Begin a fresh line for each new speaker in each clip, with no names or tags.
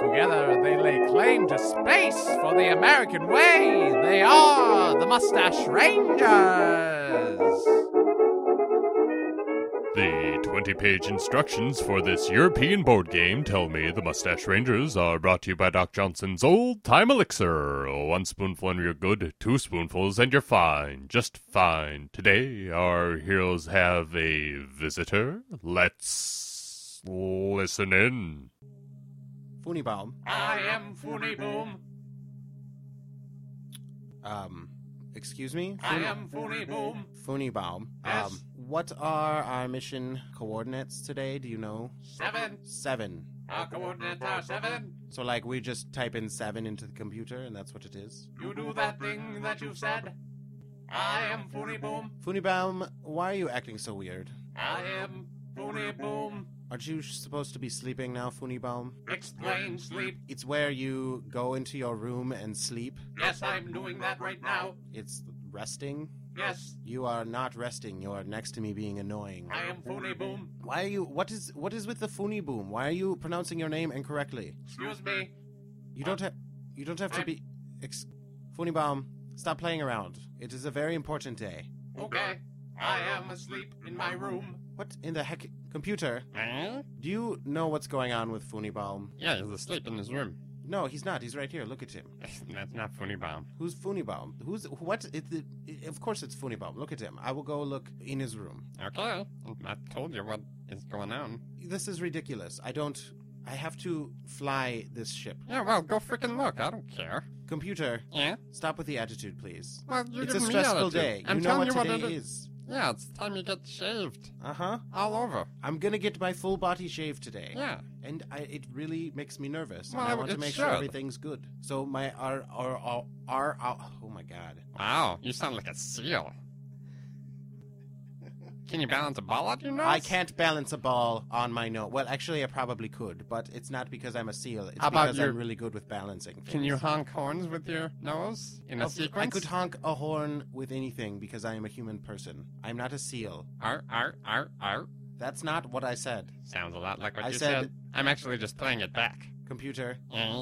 Together they lay claim to space for the American way. They are the Mustache Rangers.
The 20 page instructions for this European board game tell me the Mustache Rangers are brought to you by Doc Johnson's Old Time Elixir. One spoonful and you're good, two spoonfuls and you're fine, just fine. Today, our heroes have a visitor. Let's listen in.
Funibaum.
I am Funiboom.
Um, excuse me?
I am Funiboom.
Funibaum.
Yes.
Um, what are our mission coordinates today? Do you know?
Seven.
Seven.
Our coordinates are seven.
So, like, we just type in seven into the computer and that's what it is?
You do that thing that you said. I am Funiboom.
Funibaum, why are you acting so weird?
I am Funiboom.
Aren't you supposed to be sleeping now, Funibaum?
Explain sleep.
It's where you go into your room and sleep.
Yes, I'm doing that right now.
It's resting.
Yes,
You are not resting. You are next to me being annoying.
I am Funiboom.
Why are you? What is? What is with the Funiboom? Why are you pronouncing your name incorrectly?
Excuse me.
You don't have. You don't have to
I'm-
be. Ex- Funibaum, stop playing around. It is a very important day.
Okay. I am asleep in my room.
What in the heck, computer?
Huh?
Do you know what's going on with Funibaum?
Yeah, he's asleep in his room.
No, he's not. He's right here. Look at him.
That's not funny, Bob.
Who's Funibaum? Who's what? It, it, of course, it's Funibaum. Look at him. I will go look in his room.
Okay, I told you what is going on.
This is ridiculous. I don't. I have to fly this ship.
Yeah, well, go freaking look. I don't care.
Computer,
Yeah.
Stop with the attitude, please.
Well, you
it's a
give me
stressful
attitude.
day.
I'm
you know
telling
what
you
today
it is.
is.
Yeah, it's time you get shaved
Uh huh.
all over.
I'm gonna get my full body shave today.
Yeah.
And I, it really makes me nervous.
Well,
and I
it-
want to
it
make sure
should.
everything's good. So my R R R R. R- Oh my god.
Wow, you sound like a seal. Can you balance a ball out your nose?
I can't balance a ball on my nose. Well, actually, I probably could, but it's not because I'm a seal. It's
How about
because
your-
I'm really good with balancing. Things.
Can you honk horns with your nose in a
Of-
sequence?
Oh, I could honk a horn with anything because I am a human person. I'm not a seal.
Arr, arr, arr, arr.
That's not what I said.
Sounds a lot like what
I
you
said-
I'm actually just playing it back.
Computer,
Eh?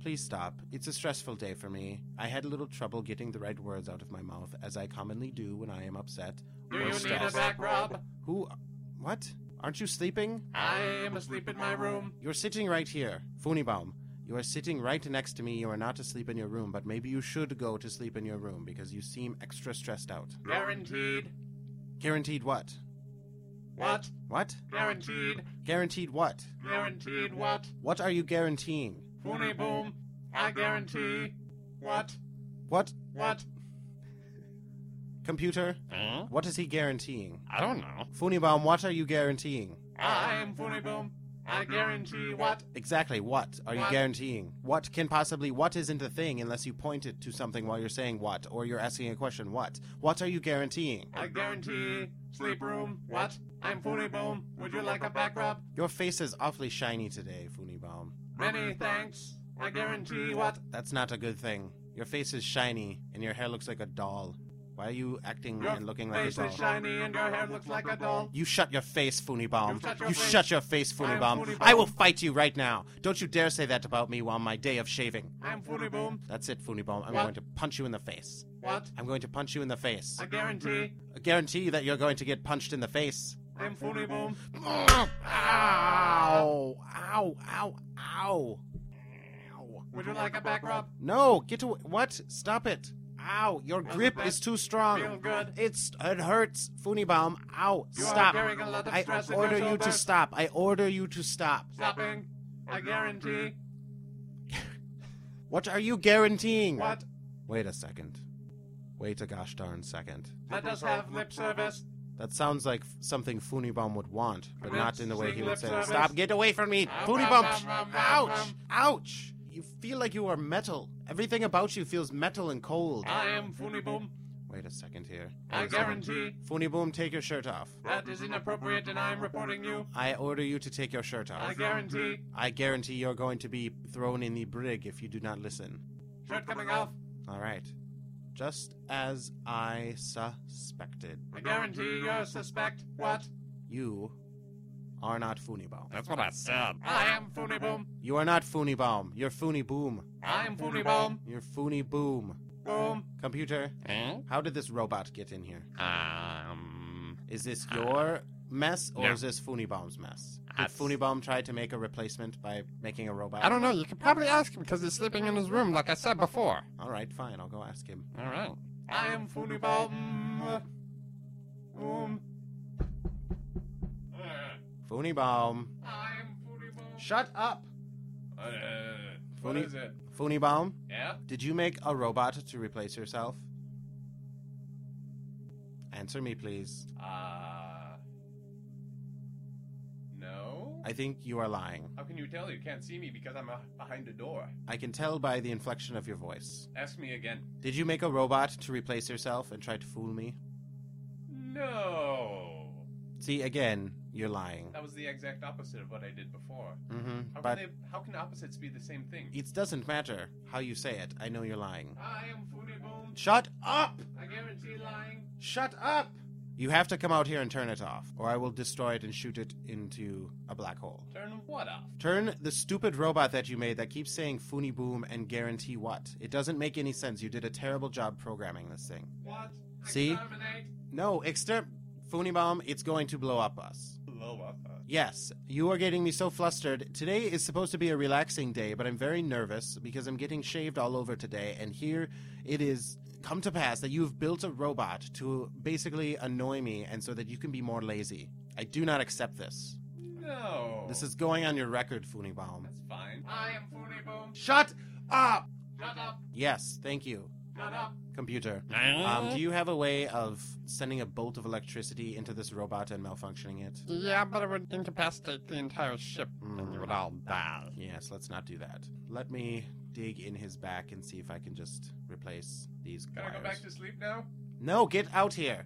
Please stop. It's a stressful day for me. I had a little trouble getting the right words out of my mouth, as I commonly do when I am upset
Do
or
you need a
stressed.
back rub?
Who? What? Aren't you sleeping?
I am asleep in my room.
You're sitting right here, Funibaum. You are sitting right next to me. You are not asleep in your room, but maybe you should go to sleep in your room because you seem extra stressed out.
Guaranteed.
Guaranteed what?
What?
What?
Guaranteed.
Guaranteed what?
Guaranteed what?
What are you guaranteeing?
Phony boom. I guarantee. What?
What?
What?
Computer?
Eh?
What is he guaranteeing?
I don't know.
Funibaum, what are you guaranteeing?
I am phony boom. I guarantee what?
Exactly. What are you
What?
guaranteeing? What can possibly? What isn't a thing unless you point it to something while you're saying what, or you're asking a question. What? What are you guaranteeing?
I guarantee sleep room. What? I'm phony boom. Would you like a back rub?
Your face is awfully shiny today, Funibaum.
Many thanks. I guarantee what?
That's not a good thing. Your face is shiny, and your hair looks like a doll. Why are you acting
Your
and looking like a
face
doll?
is shiny and your hair looks like a doll.
You shut your face, Funibaum.
You shut your
You
face.
shut your face,
I am
Funibaum.
Funibaum.
I will fight you right now. Don't you dare say that about me on my day of shaving.
I'm phony boom.
That's it, Funibaum. I'm
What?
going to punch you in the face.
What?
I'm going to punch you in the face.
I guarantee.
I guarantee that you're going to get punched in the face.
I'm phony boom.
Ow! Ow! Ow! Ow! Ow!
Would you like a back rub?
No, get away! What? Stop it! Ow! Your grip is too
Feel
strong.
good.
It's it hurts, Funibaum. Ow!
You
Stop!
are carrying a lot of
I
stress in your
order you to
shoulders.
stop. I order you to stop.
Stopping. I guarantee.
What are you guaranteeing?
What?
Wait a second. Wait a gosh darn second.
Let us have lip service.
That sounds like f- something Funibaum would want, but not in the way he would say.
Lip
it.
service.
Stop! Get away from me,
Ow,
Funibaum!
ow, ow, ow, ow,
Ouch!
ow.
Ouch! you feel like you are metal. Everything about you feels metal and cold.
I am Funiboom.
Wait a second here.
I guarantee
Funiboom, take your shirt off.
that is inappropriate and I'm reporting you.
I order you to take your shirt
I
off.
guarantee
I guarantee you're going to be thrown in the brig if you do not listen.
shirt coming off.
All right. Just as I suspected,
I guarantee you're suspect. What?
you are not Funibaum.
That's what I said.
I am Funiboom.
You are not Funibaum. You're Funiboom.
I'm Funiboom.
You're Funiboom.
Boom.
Computer,
Eh?
how did this robot get in here?
Um.
Is this your mess or
No.
is this Funibaum's mess? Did
That's-
Funibaum try to make a replacement by making a robot?
I don't know. You could probably ask him because he's sleeping in his room, like I said before.
All right, fine. I'll go ask him.
All right.
I am Funiboom. Boom.
Funibaum.
I am Funiboom.
Shut up.
Uh, What
Funi-
is it?
Funibaum,
Yeah?
did you make a robot to replace yourself? Answer me, please.
Uh. No?
I think you are lying.
How can you tell? You can't see me because I'm uh, behind a door.
I can tell by the inflection of your voice.
Ask me again.
Did you make a robot to replace yourself and try to fool me?
No.
See, again, you're lying.
That was the exact opposite of what I did before.
hmm
How
But E
can they, how can opposites be the same thing?
it doesn't matter how you say it. I know you're lying.
I am Funiboom.
Shut up!
I guarantee lying.
Shut up! You have to come out here and turn it off, or I will destroy it and shoot it into a black hole.
Turn what off?
Turn the stupid robot that you made that keeps saying Funi Boom and guarantee what? It doesn't make any sense. You did a terrible job programming this thing.
What?
See?
Exterminate.
No, exter Funi Bomb, it's going to blow up us.
Blow up. uh, us.
Yes, you are getting me so flustered. Today is supposed to be a relaxing day, but I'm very nervous because I'm getting shaved all over today, and here it is come to pass that you've built a robot to basically annoy me and so that you can be more lazy. I do not accept this.
No.
This is going on your record, Funi Bomb.
That's fine. I am Funiboom.
Shut up!
Shut up.
Yes, thank you,
Shut up.
computer. Um,
Um,
do you have a way of sending a bolt of electricity into this robot and malfunctioning it?
yeah, but it would incapacitate the entire ship, and you would all die.
Yes, let's not do that. Let me dig in his back and see if I can just replace these
Can I
wires.
go back to sleep now?
no, get out here!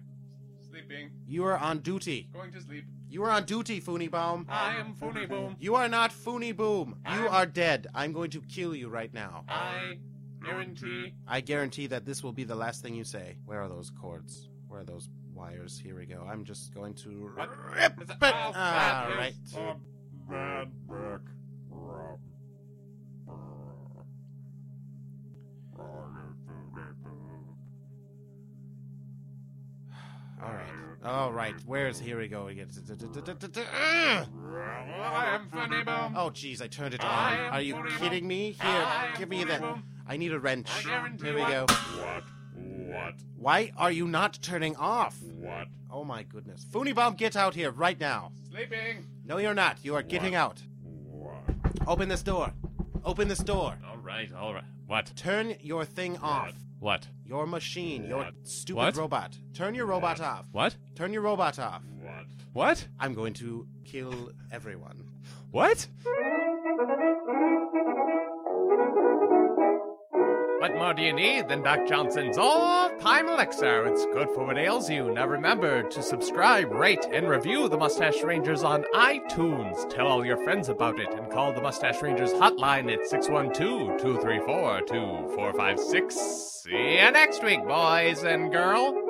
Sleeping.
You are on duty.
Going to sleep.
You are on duty, Funibaum.
I am Funiboom.
You are not Funiboom. You
Uh, I'm-
are dead. I'm going to kill you right now.
I guarantee.
I guarantee that this will be the last thing you say. Where are those cords? Where are those wires? Here we go. I'm just going to
What?
rip
Is
it.
that- Oh, that
All
is-
right.
oh,
Bad brick.
All right. All right. Where's here we go again?
I am Funiboom.
Oh jeez, I turned it
I
on.
am
Are you
Funiboom.
kidding me? Here,
I am
give me that.
Funiboom.
I need a wrench.
I guarantee
Here we
what-
go.
What? What?
Why are you not turning off?
What?
Oh my goodness. Funibomb, get out here right now.
Sleeping.
No, you're not. You are getting out.
What?
Open this door. Open this door.
All right, all right. What?
Turn your thing off.
What?
Your machine, your
What?
stupid
What?
robot. Turn your robot off.
What?
Turn your robot off.
What?
What?
I'm going to kill everyone.
What?
What more do you need than Doc Johnson's all time elixir? It's good for what ails you. Now remember to subscribe, rate, and review The Mustache Rangers on iTunes. Tell all your friends about it and call The Mustache Rangers hotline at 612 234 2456. See you next week, boys and girl.